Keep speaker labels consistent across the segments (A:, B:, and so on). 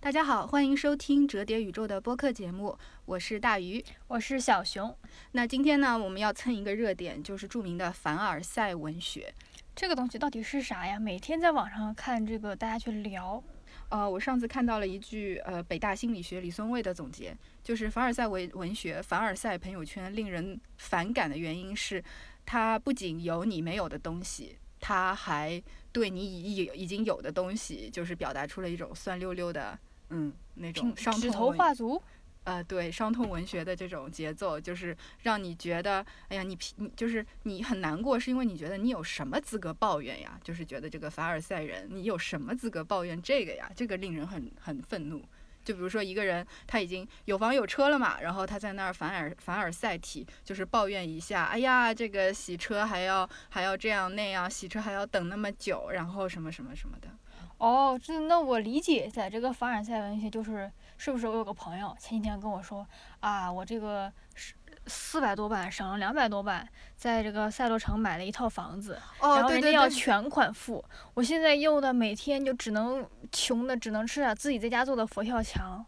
A: 大家好，欢迎收听折叠宇宙的播客节目，我是大鱼。
B: 我是小熊。
A: 那今天呢，我们要蹭一个热点，就是著名的凡尔赛文学。
B: 这个东西到底是啥呀？每天在网上看这个，大家去聊。
A: 呃，我上次看到了一句呃北大心理学李松蔚的总结，就是凡尔赛文文学、凡尔赛朋友圈令人反感的原因是，它不仅有你没有的东西，它还对你已已已经有的东西，就是表达出了一种酸溜溜的，嗯，那种
B: 品
A: 伤
B: 指
A: 痛
B: 头
A: 文
B: 画足，
A: 呃，对，伤痛文学的这种节奏，就是让你觉得，哎呀，你皮你就是你很难过，是因为你觉得你有什么资格抱怨呀？就是觉得这个凡尔赛人，你有什么资格抱怨这个呀？这个令人很很愤怒。就比如说一个人他已经有房有车了嘛，然后他在那儿凡尔凡尔赛体，就是抱怨一下，哎呀，这个洗车还要还要这样那样，洗车还要等那么久，然后什么什么什么的。
B: 哦，这那我理解一下，这个凡尔赛文学就是是不是？我有个朋友前几天跟我说啊，我这个是四百多万省了两百多万，在这个赛洛城买了一套房子，然
A: 哦，
B: 后
A: 对
B: 人家
A: 对
B: 要
A: 对，
B: 全款付，我现在用的每天就只能穷的只能吃点自己在家做的佛跳墙，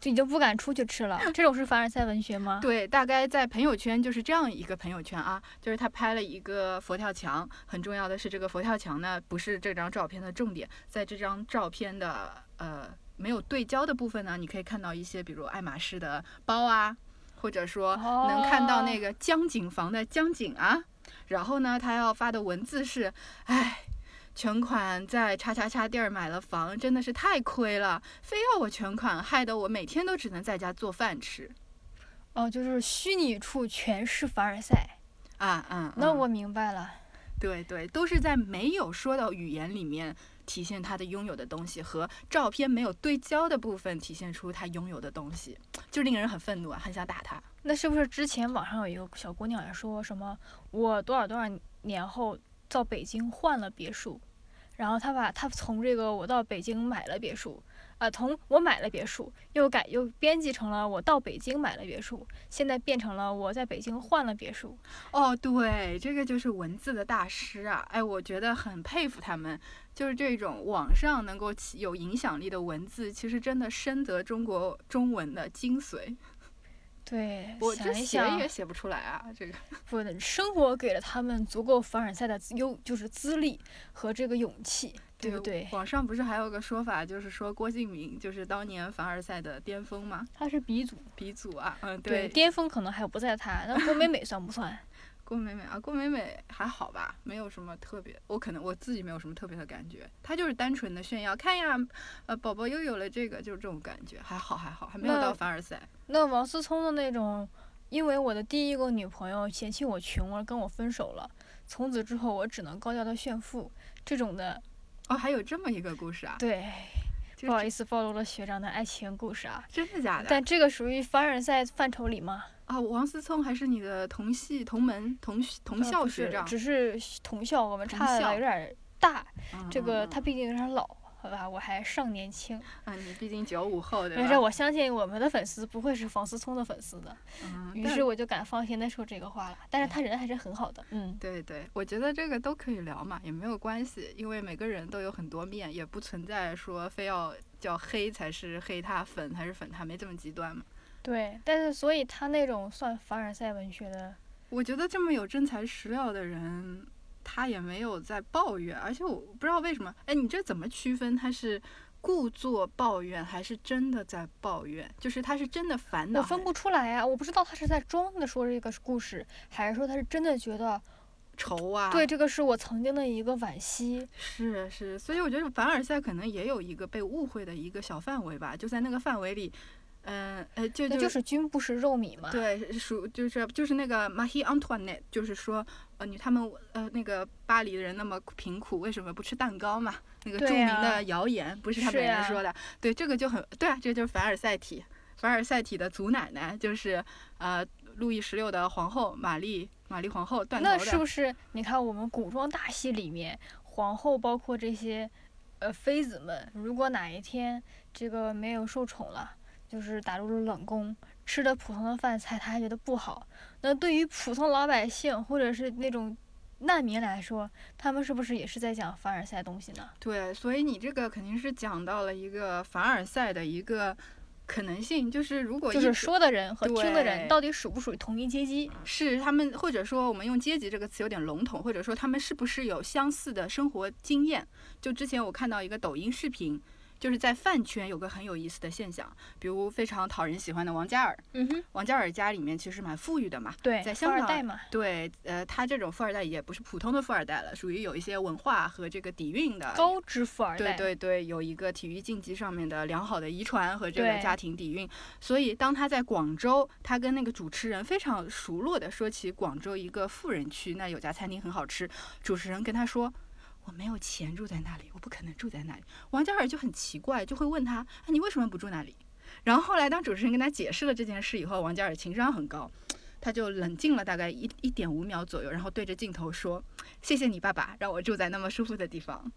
B: 就已经不敢出去吃了。这种是凡尔赛文学吗？
A: 对，大概在朋友圈就是这样一个朋友圈啊，就是他拍了一个佛跳墙，很重要的是这个佛跳墙呢不是这张照片的重点，在这张照片的呃没有对焦的部分呢，你可以看到一些比如爱马仕的包啊，或者说能看到那
B: 哦
A: 个江景房的江景啊，然后呢他要发的文字是，唉。全款在叉叉叉地儿买了房，真的是太亏了，非要我全款，害得我每天都只能在家做饭吃
B: 哦，就是虚拟处全是凡尔赛。
A: 啊！嗯，
B: 那
A: 嗯
B: 我明白了。
A: 对对，都是在没有说到语言里面体现他的拥有的东西，和照片没有对焦的部分体现出他拥有的东西，就令人很愤怒啊，很想打他。
B: 那是不是之前网上有一个小姑娘也说什么我多少多少年后到北京换了别墅，然后她把她从这个我到北京买了别墅，啊，从我买了别墅又改又编辑成了我到北京买了别墅，现在变成了我在北京换了别墅。
A: 哦，对，这个就是文字的大师啊！哎，我觉得很佩服他们，就是这种网上能够起有影响力的文字，其实真的深得中国中文的精髓。
B: 对，
A: 我这
B: 想一
A: 写
B: 想
A: 也，写不出来啊，这个。
B: 不，生活给了他们足够凡尔赛的资优，就是资历和这个勇气，对不对？
A: 网上不是还有个说法，就是说郭敬明就是当年凡尔赛的巅峰吗？
B: 他是鼻祖，
A: 鼻祖啊，嗯，
B: 巅峰可能还不在他，那郭美美算不算？
A: 郭美美啊，郭美美还好吧，没有什么特别，我可能我自己没有什么特别的感觉，她就是单纯的炫耀，看呀，呃，宝宝又有了这个，就是这种感觉，还好还好，还没有
B: 那
A: 到凡尔赛。
B: 那王思聪的那种，因为我的第一个女朋友嫌弃我穷而跟我分手了，从此之后我只能高调的炫富，这种的，
A: 哦，还有这么一个故事啊，
B: 对，
A: 就
B: 不好
A: 是
B: 意思暴露了学长的爱情故事啊。
A: 真的假的？
B: 但这个属于凡尔赛范畴里吗？
A: 啊，王思聪还是你的同系同门同学同
B: 呃
A: 校
B: 不
A: 学
B: 是
A: 长，
B: 只是同校，我们
A: 同
B: 差
A: 校
B: 的有点儿大。
A: 嗯
B: 这个
A: 嗯
B: 他毕竟有点老，好吧，我还尚年轻。
A: 嗯啊，你毕竟九五后对吧？
B: 但是我相信我们的粉丝不会是王思聪的粉丝的，
A: 嗯
B: 于
A: 但
B: 是我就敢放心的说这个话了。但是
A: 哎
B: 他人还是很好的，嗯，
A: 对对，我觉得这个都可以聊嘛，也没有关系，因为每个人都有很多面，也不存在说非要叫黑才是黑他，粉才是粉他，没这么极端嘛。
B: 对。但是所以他那种算凡尔赛文学的。
A: 我觉得这么有真材实料的人，他也没有在抱怨，而且我不知道为什么，哎，你这怎么区分他是故作抱怨还是真的在抱怨？就是他是真的烦恼
B: 我
A: 还，
B: 分不出来呀、我不知道他是在装的说这个故事，还是说他是真的觉得
A: 愁啊，
B: 对这个是我曾经的一个惋惜。
A: 是是，所以我觉得凡尔赛可能也有一个被误会的一个小范围吧，就在那个范围里，嗯呃，就
B: 那
A: 就
B: 就是君不食肉糜嘛。
A: 对，属就是就是那个 Marie Antoinette，就是说，呃，你他们呃那个巴黎的人那么贫苦，为什么不吃蛋糕嘛？那个著
B: 对
A: 名
B: 呀
A: 的谣言、不是他
B: 是啊
A: 本人
B: 呀
A: 说的，对，这个就很对啊，这就是凡尔赛体，凡尔赛体的祖奶奶就是呃路易十六的皇后玛丽玛丽皇后断头
B: 那
A: 的，
B: 是不是你看我们古装大戏里面，皇后包括这些，呃，妃子们，如果哪一天这个没有受宠了，就是打入了冷宫，吃的普通的饭菜，她还觉得不好。那对于普通老百姓或者是那种难民来说，他们是不是也是在讲凡尔赛东西呢？
A: 对，所以你这个肯定是讲到了一个凡尔赛的一个可能性，就是如果一
B: 就是
A: 直
B: 说的人和听的人
A: 对
B: 到底属不属于同一阶级？
A: 是他们，或者说我们用阶级这个词有点笼统，或者说他们是不是有相似的生活经验？就之前我看到一个抖音视频，就是在饭圈有个很有意思的现象，比如非常讨人喜欢的王嘉尔，
B: 嗯哼，
A: 王嘉尔家里面其实蛮富裕的嘛，
B: 对，
A: 在
B: 富
A: 香
B: 二
A: 港
B: 代嘛，
A: 对，呃，他这种富二代也不是普通的富二代了，属于有一些文化和这个底蕴的
B: 高知富二
A: 对
B: 代，
A: 对对，有一个体育竞技上面的良好的遗传和这个
B: 对
A: 家庭底蕴，所以当他在广州，他跟那个主持人非常熟络的说起广州一个富人区，那有家餐厅很好吃，主持人跟他说。我没有钱住在那里，我不可能住在那里。王嘉尔就很奇怪，就会问他：“哎，你为什么不住那里？”然后后来当主持人跟他解释了这件事以后，王嘉尔情商很高，他就冷静了大概一一点五秒左右，然后对着镜头说：“谢谢你爸爸，让我住在那么舒服的地方。”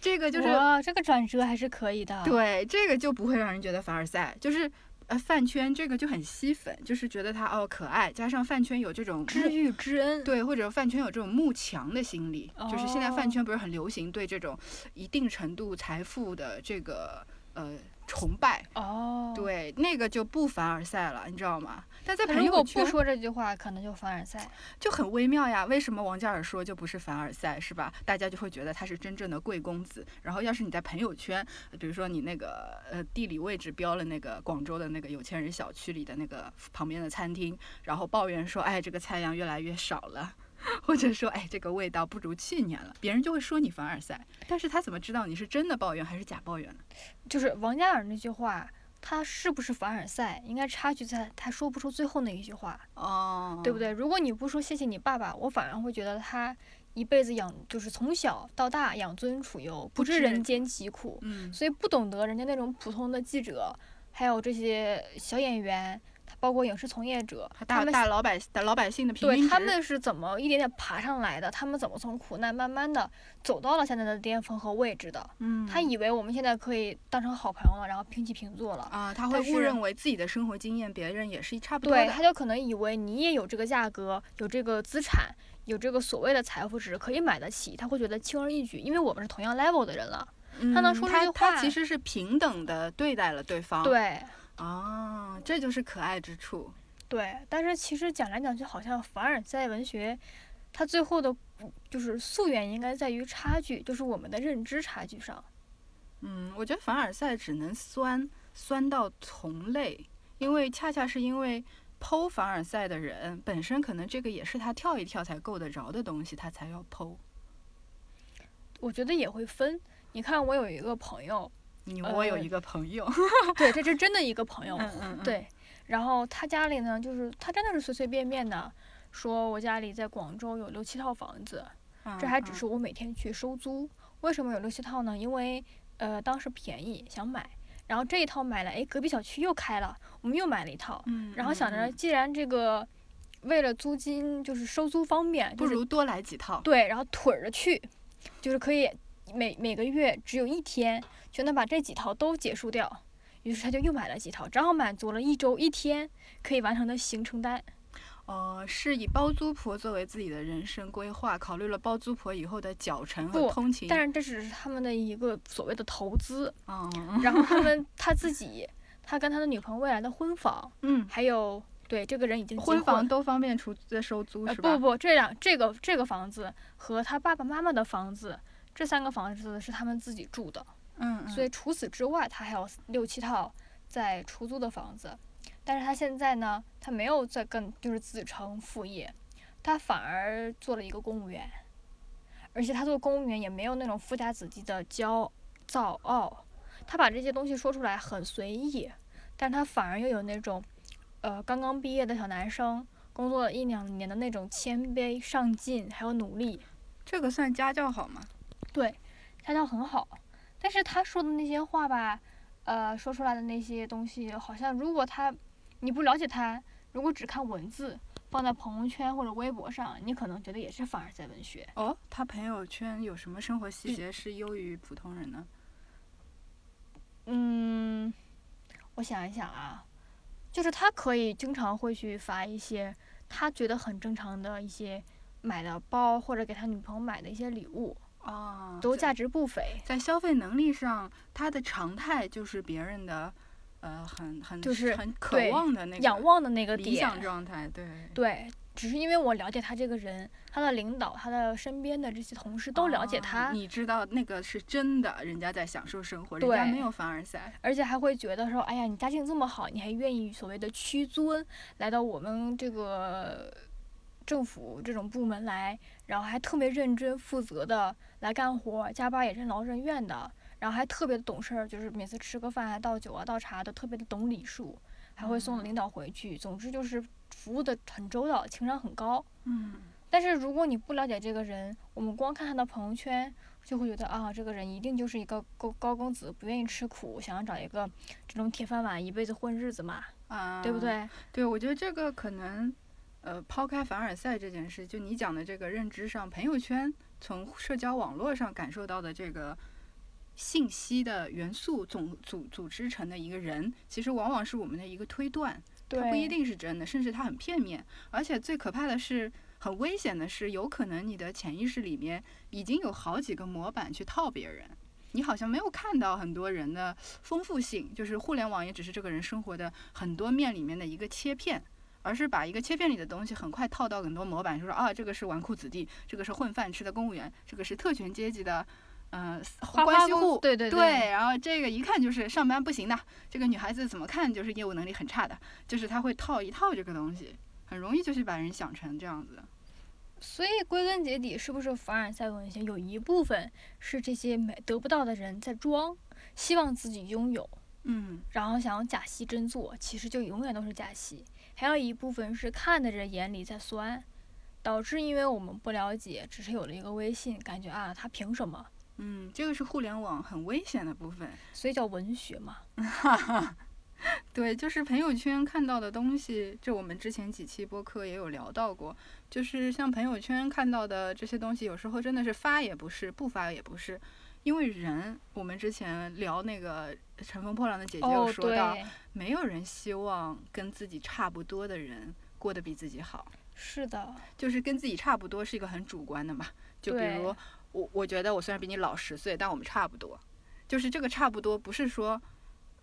A: 这个就是
B: 哇，这个转折还是可以的。，
A: 对，这个就不会让人觉得凡尔赛，就是呃饭圈这个就很吸粉，就是觉得他哦可爱，加上饭圈有这种
B: 知
A: 慕
B: 遇之恩，
A: 对，或者饭圈有这种慕强的心理，就是现在
B: 哦
A: 饭圈不是很流行对这种一定程度财富的这个呃崇拜。
B: 哦，。
A: 对，那个就不凡尔赛了，你知道吗？但在朋
B: 如果
A: 友
B: 不
A: 圈
B: 说这句话，可能就凡尔赛。
A: 就很微妙呀。为什么王嘉尔说就不是凡尔赛，是吧？大家就会觉得他是真正的贵公子。然后要是你在朋友圈，比如说你那个呃地理位置标了那个广州的那个有钱人小区里的那个旁边的餐厅，然后抱怨说，哎，这个菜量越来越少了。 或者说，哎，这个味道不如去年了，别人就会说你凡尔赛。但是他怎么知道你是真的抱怨还是假抱怨呢？
B: 就是王嘉尔那句话，他是不是凡尔赛，应该差距在他说不出最后那一句话，
A: 哦，
B: 对不？对？如果你不说谢谢你爸爸，我反而会觉得他一辈子养就是从小到大养尊处优，不知
A: 知
B: 人间疾苦，
A: 嗯，
B: 所以不懂得人家那种普通的记者，还有这些小演员，他包括影视从业者，他
A: 大
B: 们
A: 大老百大老百姓的平均
B: 对
A: 值，
B: 他们是怎么一点点爬上来的？他们怎么从苦难慢慢的走到了现在的巅峰和位置的？
A: 嗯，
B: 他以为我们现在可以当成好朋友了，然后平起平坐了。
A: 啊，他
B: 但
A: 会误
B: 是
A: 认为自己的生活经验，别人也是差不多
B: 对，
A: 的。
B: 他就可能以为你也有这个价格，有这个资产，有这个所谓的财富值，可以买得起，他会觉得轻而易举，因为我们是同样 level 的人了。他能
A: 嗯
B: 说出
A: 他
B: 这
A: 他
B: 话
A: 其实是平等的对待了对方。
B: 对
A: 啊，这就是可爱之处。
B: 对，但是其实讲来讲去，好像凡尔赛文学，它最后的就是溯源应该在于差距，就是我们的认知差距上。
A: 嗯，我觉得凡尔赛只能酸酸到同类，因为恰恰是因为剖凡尔赛的人本身可能这个也是他跳一跳才够得着的东西，他才要剖。
B: 我觉得也会分。你看，我有一个朋友，
A: 你我有
B: 呃
A: 一个朋友，
B: 对，这是真的一个朋友。
A: 嗯嗯，
B: 对，然后他家里呢，就是他真的是随随便便的说，我家里在广州有六七套房子，
A: 嗯
B: 这还只
A: 嗯
B: 是我每天去收租。为什么有六七套呢？因为呃当时便宜想买，然后这一套买了，哎，隔壁小区又开了，我们又买了一套，
A: 嗯，
B: 然后想着
A: 嗯嗯
B: 既然这个为了租金就是收租方便，
A: 不
B: 就是
A: 如多来几套。
B: 对，然后腿儿着去，就是可以每每个月只有一天就能把这几套都结束掉。于是他就又买了几套，正好满足了一周一天可以完成的行程单。
A: 呃，是以包租婆作为自己的人生规划，考虑了包租婆以后的脚程和
B: 不
A: 通勤。
B: 但是这只是他们的一个所谓的投资，
A: 嗯
B: 然后他们他自己，他跟他的女朋友未来的婚房，
A: 嗯，
B: 还有对这个人已经结
A: 婚房
B: 婚
A: 都方便出呃收租
B: 呃
A: 是吧？
B: 不不，这两这个这个房子和他爸爸妈妈的房子，这三个房子是他们自己住的。
A: 嗯，嗯
B: 所以除此之外，他还有六七套在出租的房子，但是他现在呢，他没有在跟就是子承父业，他反而做了一个公务员，而且他做公务员也没有那种富家子弟的骄躁傲，他把这些东西说出来很随意，但他反而又有那种，呃，刚刚毕业的小男生。工作了一两年的那种谦卑、上进，还有努力，
A: 这个算家教好吗？
B: 哦对，家教很好，但是他说的那些话吧，呃，说出来的那些东西，好像如果他你不了解他，如果只看文字放在朋友圈或者微博上，你可能觉得也是凡尔赛文学。
A: 哦，他朋友圈有什么生活细节是优于普通人呢？
B: 嗯，我想一想啊，就是他可以经常会去发一些他觉得很正常的一些买的包或者给他女朋友买的一些礼物，
A: 啊，
B: 都
A: 在
B: 价值不菲。
A: 在消费能力上，他的常态就是别人的，呃，很很
B: 就是
A: 很渴
B: 对
A: 望的那个
B: 仰望的那个
A: 理想
B: 点，
A: 状态，对，
B: 对，只是因为我了解他这个人，他的领导，他的身边的这些同事都了解
A: 啊
B: 他，
A: 你知道那个是真的，人家在享受生活，人家
B: 对
A: 没有凡尔赛，
B: 而且还会觉得说，哎呀，你家境这么好，你还愿意所谓的屈尊来到我们这个政府这种部门来，然后还特别认真负责的来干活，加班也任劳任怨的，然后还特别的懂事儿，就是每次吃个饭还倒酒啊倒茶都特别的懂礼数，还会送
A: 嗯
B: 领导回去，总之就是服务的很周到，情商很高。
A: 嗯，
B: 但是如果你不了解这个人，我们光看他的朋友圈，就会觉得啊，这个人一定就是一个高高公子，不愿意吃苦，想要找一个这种铁饭碗，一辈子混日子嘛，
A: 啊，
B: 对不？对？
A: 对，我觉得这个可能，呃，抛开凡尔赛这件事，就你讲的这个认知上，朋友圈从社交网络上感受到的这个信息的元素总组组织成的一个人，其实往往是我们的一个推断，它不一定是真的，甚至它很片面。而且最可怕的是，很危险的是，有可能你的潜意识里面已经有好几个模板去套别人。你好像没有看到很多人的丰富性，就是互联网也只是这个人生活的很多面里面的一个切片，而是把一个切片里的东西很快套到很多模板，就说啊，这个是纨绔子弟，这个是混饭吃的公务员，这个是特权阶级的，呃，
B: 花
A: 关
B: 花
A: 系
B: 公子
A: 户，
B: 对对
A: 对，然后这个一看就是上班不行的，这个女孩子怎么看就是业务能力很差的，就是她会套一套这个东西，很容易就是把人想成这样子。
B: 所以归根结底，是不是凡尔赛文学有一部分是这些没得不到的人在装，希望自己拥有，
A: 嗯
B: 然后想要假戏真做，其实就永远都是假戏。还有一部分是看的人眼里在酸，导致因为我们不了解，只是有了一个微信，感觉啊他凭什么？
A: 嗯，这个是互联网很危险的部分。
B: 所以叫文学嘛。
A: 对，就是朋友圈看到的东西，这我们之前几期播客也有聊到过，就是像朋友圈看到的这些东西，有时候真的是发也不是，不发也不是，因为人，我们之前聊那个《乘风破浪的姐姐》有说到，
B: 哦对，
A: 没有人希望跟自己差不多的人过得比自己好，
B: 是的，
A: 就是跟自己差不多是一个很主观的嘛。就比
B: 对
A: 如我，我觉得我虽然比你老十岁，但我们差不多。就是这个差不多，不是说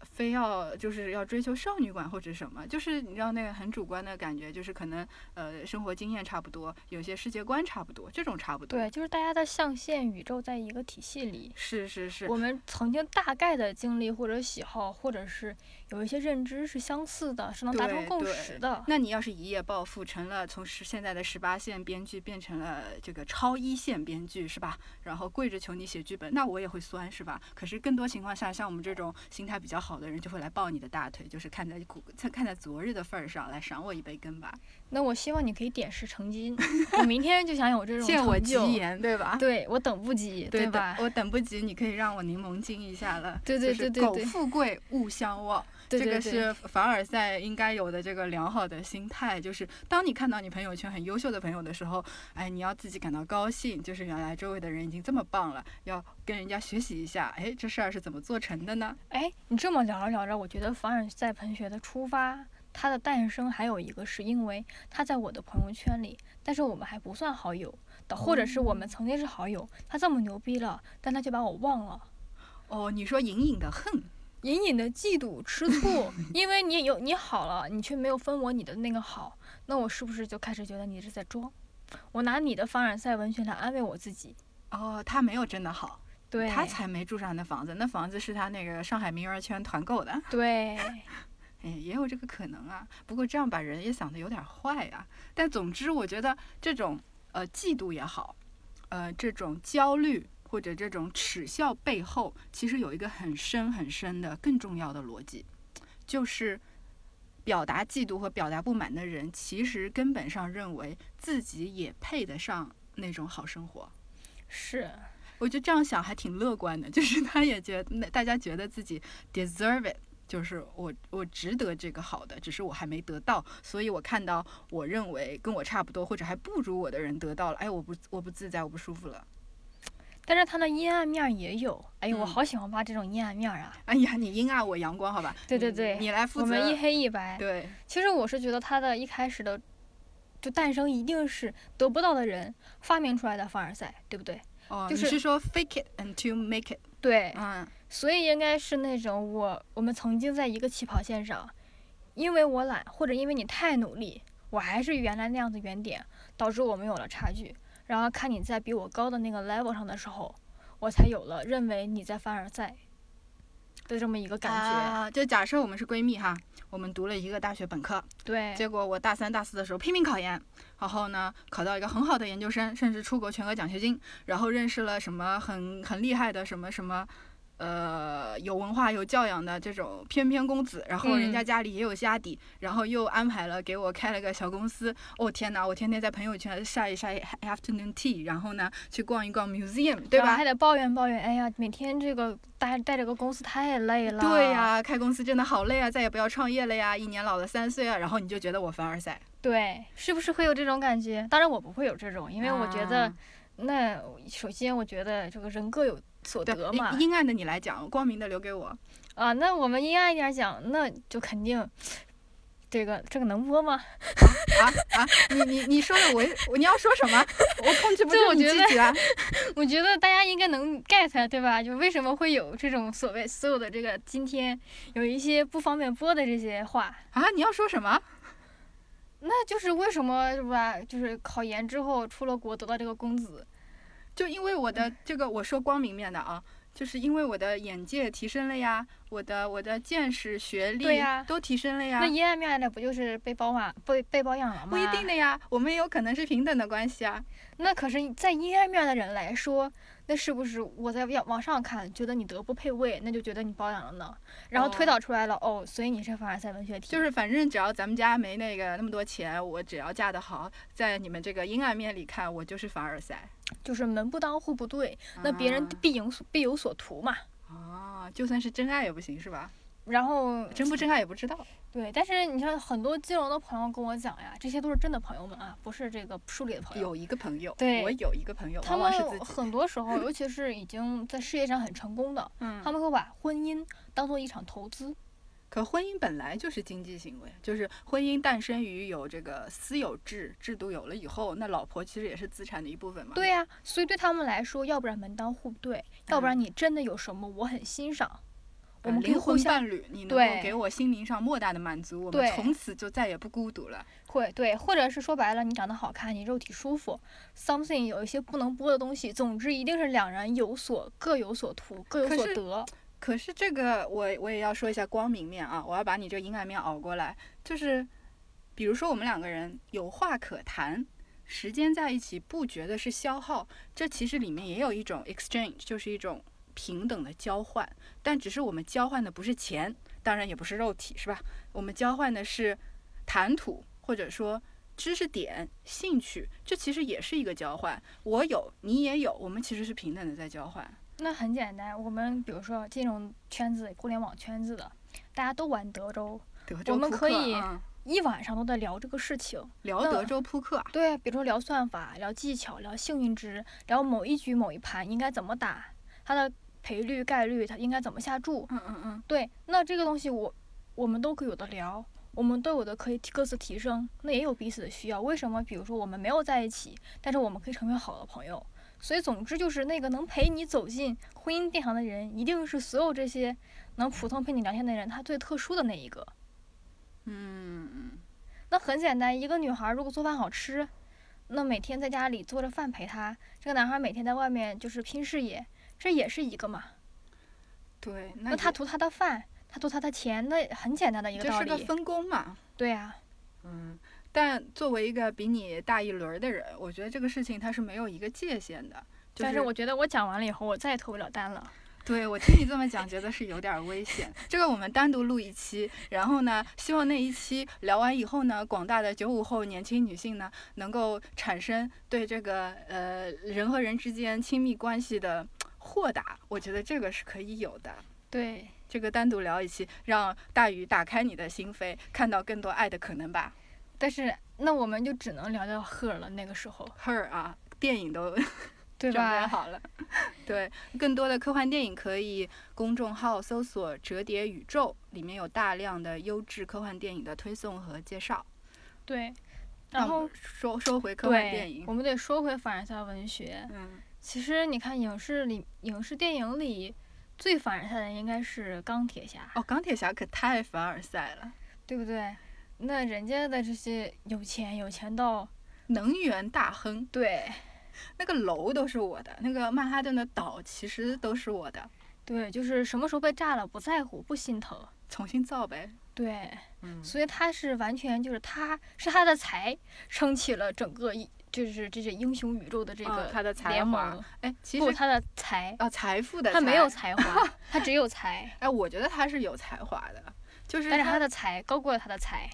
A: 非要就是要追求少女感或者什么，就是你知道那个很主观的感觉，就是可能呃生活经验差不多，有些世界观差不多，这种差不多。
B: 对，，就是大家的象限宇宙在一个体系里。
A: 是是是，
B: 我们曾经大概的经历或者喜好，或者是有一些认知是相似的，是能达成
A: 对
B: 共
A: 对
B: 识的。
A: 那你要是一夜暴富，成了从十现在的十八线编剧变成了这个超一线编剧，是吧？然后跪着求你写剧本，那我也会酸，是吧？可是更多情况下，像我们这种心态比较好的人，就会来抱你的大腿，就是看在古看在昨日的份儿上，来赏我一杯羹吧，
B: 那我希望你可以点石成金，我明天就想有这 种
A: 借我
B: 成
A: 吉
B: 就。
A: 言，对吧？
B: 对我等不及，
A: 对
B: 吧
A: 等？我等不及，你可以让我柠檬精一下了。
B: 对对对
A: 就是
B: 对
A: 苟
B: 对
A: 富贵，勿相忘。
B: 对
A: 这
B: 对
A: 个
B: 对
A: 是凡尔赛应该有的这个良好的心态，就是当你看到你朋友圈很优秀的朋友的时候，哎，你要自己感到高兴，就是原来周围的人已经这么棒了，要跟人家学习一下，哎，这事儿是怎么做成的呢？
B: 哎，你这么聊着聊着，我觉得凡尔赛文学的出发，它的诞生还有一个是因为它在我的朋友圈里，但是我们还不算好友的，或者是我们
A: 哦
B: 曾经是好友，他这么牛逼了，但他却把我忘了。
A: 哦，你说隐隐的恨，
B: 隐隐的嫉妒、吃醋，因为你有你好了，你却没有分我你的那个好，那我是不是就开始觉得你是在装？我拿你的凡尔赛文学来安慰我自己，
A: 哦，他没有真的好，
B: 对，
A: 他才没住上那房子，那房子是他那个上海名媛圈团购的，
B: 对，
A: 哎，也有这个可能啊。不过这样把人也想的有点坏啊。但总之，我觉得这种呃嫉妒也好，呃这种焦虑或者这种耻笑背后，其实有一个很深很深的更重要的逻辑，就是表达嫉妒和表达不满的人，其实根本上认为自己也配得上那种好生活。
B: 是，
A: 我觉得这样想还挺乐观的，就是他也觉得那大家觉得自己 deserve it，就是我我值得这个好的，只是我还没得到，所以我看到我认为跟我差不多或者还不如我的人得到了，哎，我不我不自在，我不舒服了。
B: 但是它的阴暗面儿也有。哎呦，我
A: 嗯
B: 好喜欢挖这种阴暗面儿啊！
A: 哎呀，你阴暗我阳光，好吧？
B: 对对
A: 你
B: 对
A: 你来负责。
B: 我们一黑一白。
A: 对，
B: 其实我是觉得他的一开始的就诞生一定是得不到的人发明出来的凡尔赛，对不对？
A: 哦，
B: 就
A: 你
B: 是
A: 是说 fake it until make it？
B: 对，
A: 嗯
B: 所以应该是那种我我们曾经在一个起跑线上，因为我懒或者因为你太努力，我还是原来那样的原点，导致我们有了差距。然后看你在比我高的那个 level 上的时候，我才有了认为你在凡尔赛的这么一个感觉。
A: 啊就假设我们是闺蜜哈，我们读了一个大学本科，
B: 对，
A: 结果我大三、大四的时候拼命考研，然后呢，考到一个很好的研究生，甚至出国全额奖学金，然后认识了什么很很厉害的什么什么，呃，有文化有教养的这种翩翩公子，然后
B: 嗯
A: 人家家里也有家底，然后又安排了给我开了个小公司。哦天哪，我天天在朋友圈晒一晒 afternoon tea，然后呢，去逛一逛 museum，对
B: 然后
A: 吧
B: 还？得抱怨抱怨，哎呀，每天这个带带这个公司太累了。
A: 对呀、、开公司真的好累啊，再也不要创业了呀，一年老了三岁啊，然后你就觉得我凡尔赛，
B: 对，是不是会有这种感觉？当然我不会有这种，因为我觉得、
A: 啊
B: 那首先，我觉得这个人各有所
A: 对
B: 得嘛
A: 阴。阴暗的你来讲，光明的留给我。
B: 啊，那我们阴暗一点讲，那就肯定，这个这个能播吗？
A: 啊啊！你你你说的我我你要说什么？我控制不
B: 就
A: 住
B: 我
A: 你
B: 觉
A: 自
B: 得
A: 己啊！
B: 我觉得大家应该能 get 对吧？就为什么会有这种所谓所有的这个今天有一些不方便播的这些话，
A: 啊，你要说什么？
B: 那就是为什么是吧？就是考研之后出了国得到这个工资，
A: 就因为我的这个，我说光明面的啊，就是因为我的眼界提升了呀，我的我的见识、学历
B: 对呀
A: 都提升了呀
B: 那。阴暗面的不就是被包养被被包养了
A: 啊
B: 吗？
A: 不一定的呀，我们也有可能是平等的关系啊。
B: 那可是，在阴暗面的人来说，那是不是我在往往上看，觉得你德不配位，那就觉得你包养了呢？然后
A: 哦
B: 推导出来了，哦，所以你是凡尔赛文学体，
A: 就是反正只要咱们家没那个那么多钱，我只要嫁得好，在你们这个阴暗面里看，我就是凡尔赛。
B: 就是门不当户不对，那别人必有所必有所图嘛。
A: 啊，啊就算是真爱也不行是吧？
B: 然后
A: 真不真爱也不知道。
B: 对，但是你像很多金融的朋友跟我讲呀，这些都是真的朋友们啊，不是这个书里的朋友。
A: 有一个朋友，
B: 对
A: 我有一个朋友，
B: 他
A: 往往
B: 们
A: 是自己。
B: 很多时候，尤其是已经在事业上很成功的，
A: 嗯
B: 他们会把婚姻当做一场投资。
A: 可婚姻本来就是经济行为，就是婚姻诞生于有这个私有制制度有了以后，那老婆其实也是资产的一部分嘛。啊
B: 对，呀、所以对他们来说，要不然门当户不对，要不然你真的有什么我很欣赏，我们可以
A: 嗯灵
B: 互
A: 魂
B: 相
A: 伴侣，你能
B: 对
A: 够给我心灵上莫大的满足，我们
B: 对
A: 从此就再也不孤独了。
B: 会对，或者是说白了，你长得好看，你肉体舒服，something 有一些不能播的东西，总之一定是两人有所各有所图，各有
A: 可
B: 所
A: 是
B: 得。
A: 可是这个我我也要说一下光明面啊，我要把你这个阴暗面熬过来。就是，比如说我们两个人有话可谈，时间在一起不觉得是消耗，这其实里面也有一种 exchange，就是一种平等的交换。但只是我们交换的不是钱，当然也不是肉体，是吧？我们交换的是谈吐，或者说。知识点、兴趣，这其实也是一个交换。我有，你也有，我们其实是平等的在交换。
B: 那很简单，我们比如说金融圈子、互联网圈子的，大家都玩德州，
A: 德州
B: 我们
A: 扑
B: 可
A: 克
B: 以
A: 啊
B: 一晚上都在聊这个事情。
A: 聊
B: 那
A: 德州扑克啊，
B: 对，比如说聊算法、聊技巧、聊幸运值、聊某一局某一盘应该怎么打，它的赔率、概率，它应该怎么下注，
A: 嗯嗯嗯，
B: 对，那这个东西我我们都可以有的聊，我们都有的可以提各自提升，那也有彼此的需要。为什么？比如说我们没有在一起，但是我们可以成为好的朋友。所以，总之就是那个能陪你走进婚姻殿堂的人，一定是所有这些能普通陪你聊天的人，他最特殊的那一个。
A: 嗯
B: 那很简单，一个女孩如果做饭好吃，那每天在家里做着饭陪她，这个男孩每天在外面就是拼事业，这也是一个嘛。
A: 对，那
B: 那他
A: 也
B: 图他的饭，他图他的钱，那很简单的一个
A: 这
B: 道
A: 是个
B: 理。
A: 分工嘛，
B: 对啊呀、
A: 嗯。但作为一个比你大一轮儿的人，我觉得这个事情它是没有一个界限的。就
B: 但是我觉得我讲完了以后，我再也脱不了单了。
A: 对我听你这么讲，觉得是有点儿危险。这个我们单独录一期，然后呢，希望那一期聊完以后呢，广大的九五后年轻女性呢，能够产生对这个呃人和人之间亲密关系的豁达，我觉得这个是可以有的。
B: 对，
A: 这个单独聊一期，让大鱼打开你的心扉，看到更多爱的可能吧。
B: 但是那我们就只能聊聊赫尔了，那个时候，
A: Her 啊，电影都
B: 对
A: 准备
B: 吧？
A: 好了。 对，更多的科幻电影可以公众号搜索“折叠宇宙”，里面有大量的优质科幻电影的推送和介绍。
B: 对，
A: 然
B: 然
A: 后
B: 后
A: 说说回科幻电
B: 对，
A: 影
B: 我，们得说回凡尔赛文学。
A: 嗯，
B: 其实你看影视里、影视电影里最凡尔赛的应该是钢铁侠，
A: 哦，钢铁侠可太凡尔赛了，
B: 对不对？那人家的这些有钱，有钱到
A: 能源大亨，
B: 对
A: 那个楼都是我的，那个曼哈顿的岛其实都是我的，
B: 对，就是什么时候被炸了不在乎，不心疼。
A: 重新造呗。
B: 对，
A: 嗯，
B: 所以他是完全就是他是他的才撑起了整个一就是这些英雄宇宙的这
A: 啊
B: 个
A: 他的才
B: 联
A: 华
B: 盟，
A: 哎，其
B: 不
A: 实
B: 他的才，
A: 啊，财富的
B: 他没有
A: 财，
B: 才华， 他只有才，
A: 哎，我觉得他是有才华的，就是
B: 但是
A: 他
B: 他的才高过了他的才。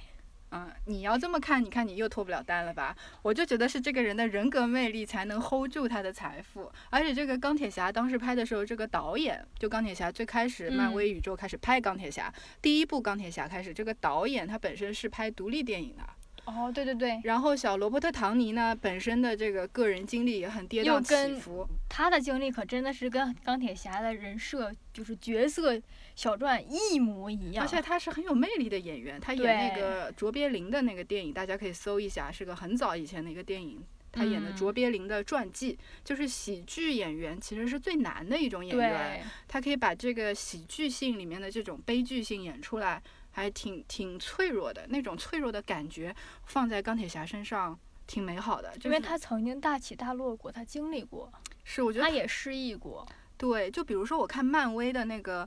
A: 嗯，你要这么看，你看你又脱不了单了吧？我就觉得是这个人的人格魅力才能 hold 住他的财富，而且这个钢铁侠当时拍的时候，这个导演就钢铁侠最开始
B: 嗯
A: 漫威宇宙开始拍钢铁侠，第一部钢铁侠开始，这个导演他本身是拍独立电影的，
B: 哦，对对对，
A: 然后小罗伯特·唐尼呢本身的这个个人经历也很跌
B: 又
A: 宕起
B: 跟
A: 伏，
B: 他的经历可真的是跟钢铁侠的人设就是角色小传一模一样。
A: 而且他是很有魅力的演员，他演那
B: 对
A: 个卓别林的那个电影，大家可以搜一下，是个很早以前的一个电影。他演的
B: 嗯
A: 卓别林的传记，就是喜剧演员其实是最难的一种演员，
B: 对，
A: 他可以把这个喜剧性里面的这种悲剧性演出来，还挺挺脆弱的那种脆弱的感觉，放在钢铁侠身上挺美好的，就是、
B: 因为他曾经大起大落过，他经历过，
A: 是我觉得
B: 他也失忆过。
A: 对，就比如说我看漫威的那个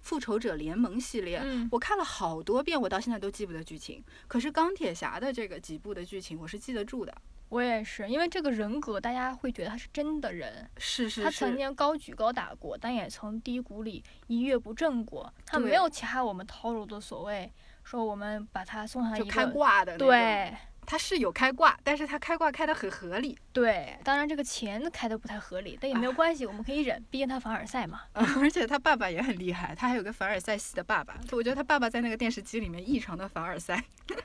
A: 复仇者联盟系列，
B: 嗯，
A: 我看了好多遍，我到现在都记不得剧情。可是钢铁侠的这个几部的剧情，我是记得住的。
B: 我也是，因为这个人格大家会觉得他是真的人。
A: 是是
B: 他曾
A: 是，
B: 经高举高打过，但也从低谷里一跃不振过。他没
A: 对
B: 有其他我们套路的所谓说我们把他送上一
A: 就
B: 个
A: 开挂的那种。，
B: 对
A: 他是有开挂，但是他开挂开得很合理。
B: 对，当然这个钱开的不太合理，但也没有关系，我们可以忍，毕竟他凡尔赛嘛。
A: 嗯而且他爸爸也很厉害，他还有个凡尔赛系的爸爸。我觉得他爸爸在那个电视机里面异常的凡尔赛。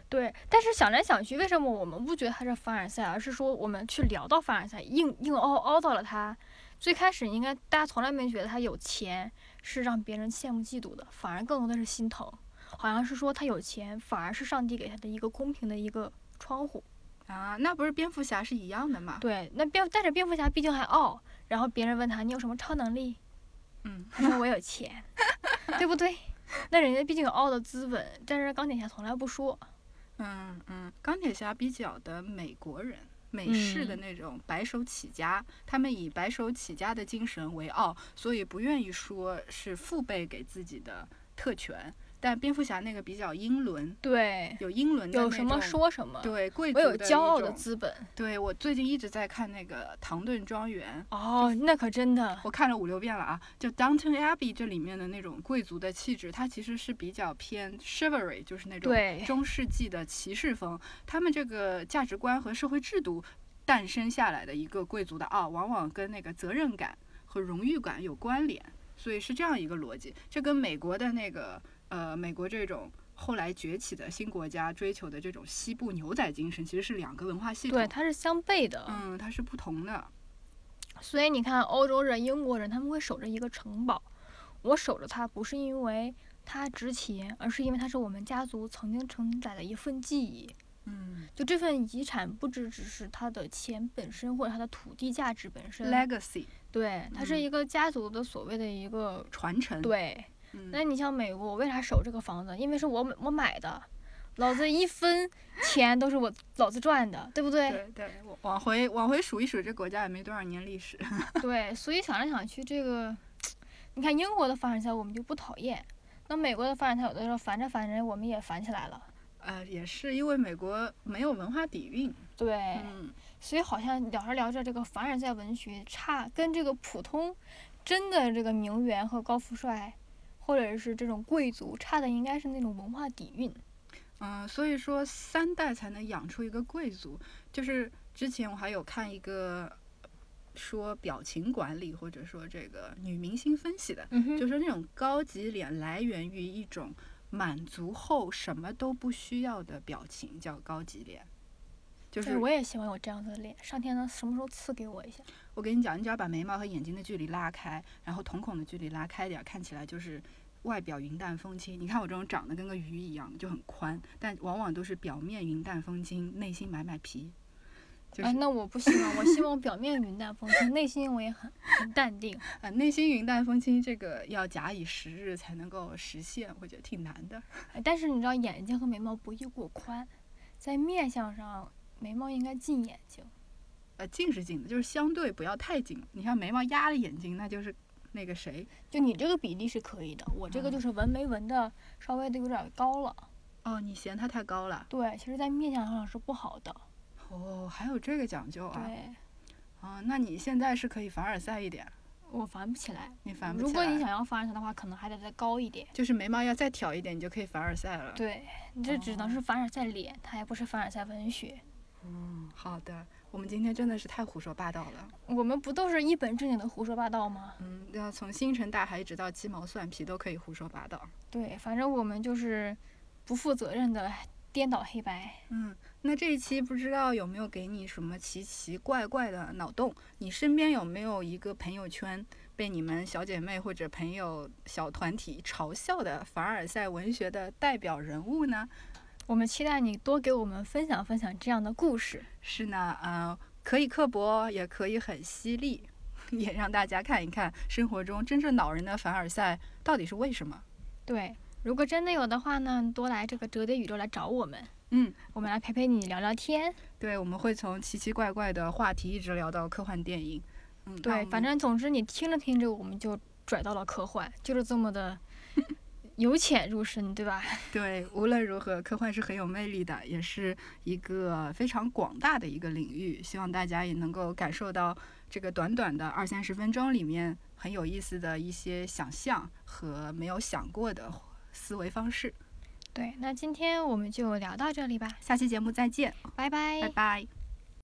B: 对，但是想来想去，为什么我们不觉得他是凡尔赛，啊而是说我们去聊到凡尔赛，硬硬凹凹到了他？最开始应该大家从来没觉得他有钱是让别人羡慕嫉妒的，反而更多的是心疼，好像是说他有钱反而是上帝给他的一个公平的一个窗户。
A: 啊，那不是蝙蝠侠是一样的吗？
B: 对，那蝙但是蝙蝠侠毕竟还傲，然后别人问他你有什么超能力，
A: 嗯，
B: 他说我有钱，对不对？那人家毕竟有傲的资本，但是钢铁侠从来不说。
A: 嗯嗯，钢铁侠比较的美国人。美式的
B: 嗯
A: 那种白手起家，他们以白手起家的精神为傲，所以不愿意说是父辈给自己的特权。但蝙蝠侠那个比较英伦，
B: 对，
A: 有英伦的
B: 有
A: 那
B: 什么
A: 种
B: 说什么。
A: 对贵族
B: 我有
A: 的
B: 骄
A: 一
B: 傲的
A: 种
B: 资本
A: 对我最近一直在看那个《唐顿庄园》，
B: 哦，那可真的
A: 我看了五六遍了啊。就 Downton Abbey 这里面的那种贵族的气质，它其实是比较偏 chivalry，就是那种
B: 对
A: 中世纪的骑士风。他们这个价值观和社会制度诞生下来的一个贵族的傲，往往跟那个责任感和荣誉感有关联，所以是这样一个逻辑。这跟美国的那个呃，美国这种。后来崛起的新国家追求的这种西部牛仔精神，其实是两个文化系统。
B: 对，它是相悖的。
A: 嗯，它是不同的。
B: 所以你看，欧洲人、英国人他们会守着一个城堡，我守着它不是因为它值钱，而是因为它是我们家族曾经承载的一份记忆。
A: 嗯
B: 就这份遗产，不只只是它的钱本身或者它的土地价值本身，
A: ，legacy
B: 对，它是
A: 嗯
B: 一个家族的所谓的一个、
A: 传承。，
B: 对。
A: 嗯、
B: 那你像美国，我为啥守这个房子？因为是我买我买的，老子一分钱都是我老子赚的，对不对？
A: 对对，我往回往回数一数，这国家也没多少年历史。
B: 对，所以想来想去，这个你看英国的凡尔赛我们就不讨厌，那美国的凡尔赛有的时候烦着烦着我们也烦起来了。
A: 呃，也是因为美国没有文化底蕴。
B: 对，
A: 嗯，
B: 所以好像聊着聊着，这个凡尔赛文学差跟这个普通真的这个名媛和高富帅，或者是这种贵族差的应该是那种文化底蕴。
A: 嗯，所以说三代才能养出一个贵族。就是之前我还有看一个说表情管理或者说这个女明星分析的，
B: 嗯哼
A: 就，是那种高级脸来源于一种满足后什么都不需要的表情，叫高级脸。就是
B: 对，我也喜欢有这样子的脸，上天能什么时候赐给我一下？
A: 我跟你讲，你只要把眉毛和眼睛的距离拉开，然后瞳孔的距离拉开点儿，看起来就是外表云淡风轻。你看我这种长得跟个鱼一样，就很宽，但往往都是表面云淡风轻，内心买买皮。就是、
B: 哎，那我不希望，我希望表面云淡风轻，内心我也很很淡定。
A: 啊，内心云淡风轻这个要假以时日才能够实现，我觉得挺难的。
B: 哎但是你知道，眼睛和眉毛不宜过宽，在面相上，眉毛应该近眼睛。
A: 呃，近是近的，就是相对不要太近了。你像眉毛压着眼睛，那就是那个谁
B: 就你这个比例是可以的，我这个就是纹眉纹的稍微的有点高了。
A: 哦，你嫌它太高了。
B: 对，其实，在面相上是不好的。
A: 哦，还有这个讲究啊。
B: 对，
A: 啊，那你现在是可以凡尔赛一点，
B: 我烦不起来。
A: 你烦不起
B: 嗯如果
A: 来
B: 你想要凡尔赛的话，可能还得再高一点。
A: 就是眉毛要再挑一点，你就可以凡尔赛了。
B: 对，你这只能
A: 哦
B: 是凡尔赛脸，它还不是凡尔赛文学。
A: 嗯，好的，我们今天真的是太胡说八道了。
B: 我们不都是一本正经的胡说八道吗？
A: 嗯，那从星辰大海一直到鸡毛蒜皮都可以胡说八道。
B: 对，反正我们就是不负责任的颠倒黑白。
A: 嗯，那这一期不知道有没有给你什么奇奇怪怪的脑洞？你身边有没有一个朋友圈被你们小姐妹或者朋友小团体嘲笑的凡尔赛文学的代表人物呢？
B: 我们期待你多给我们分享分享这样的故事。
A: 是呢，呃，可以刻薄，也可以很犀利， 也让大家看一看生活中真正恼人的凡尔赛到底是为什么。
B: 对，如果真的有的话呢，多来这个折叠宇宙来找我们，
A: 嗯，
B: 我们来陪陪你聊聊天。
A: 对，我们会从奇奇怪怪的话题一直聊到科幻电影。嗯，那我
B: 对，
A: 们
B: 反正总之你听着听着，我们就拽到了科幻，就是这 么的由浅入深，对吧？
A: 对，无论如何，科幻是很有魅力的，也是一个非常广大的一个领域。希望大家也能够感受到这个短短的二三十分钟里面很有意思的一些想象和没有想过的思维方式。
B: 对，那今天我们就聊到这里吧，
A: 下期节目再见，
B: 拜拜
A: 拜拜。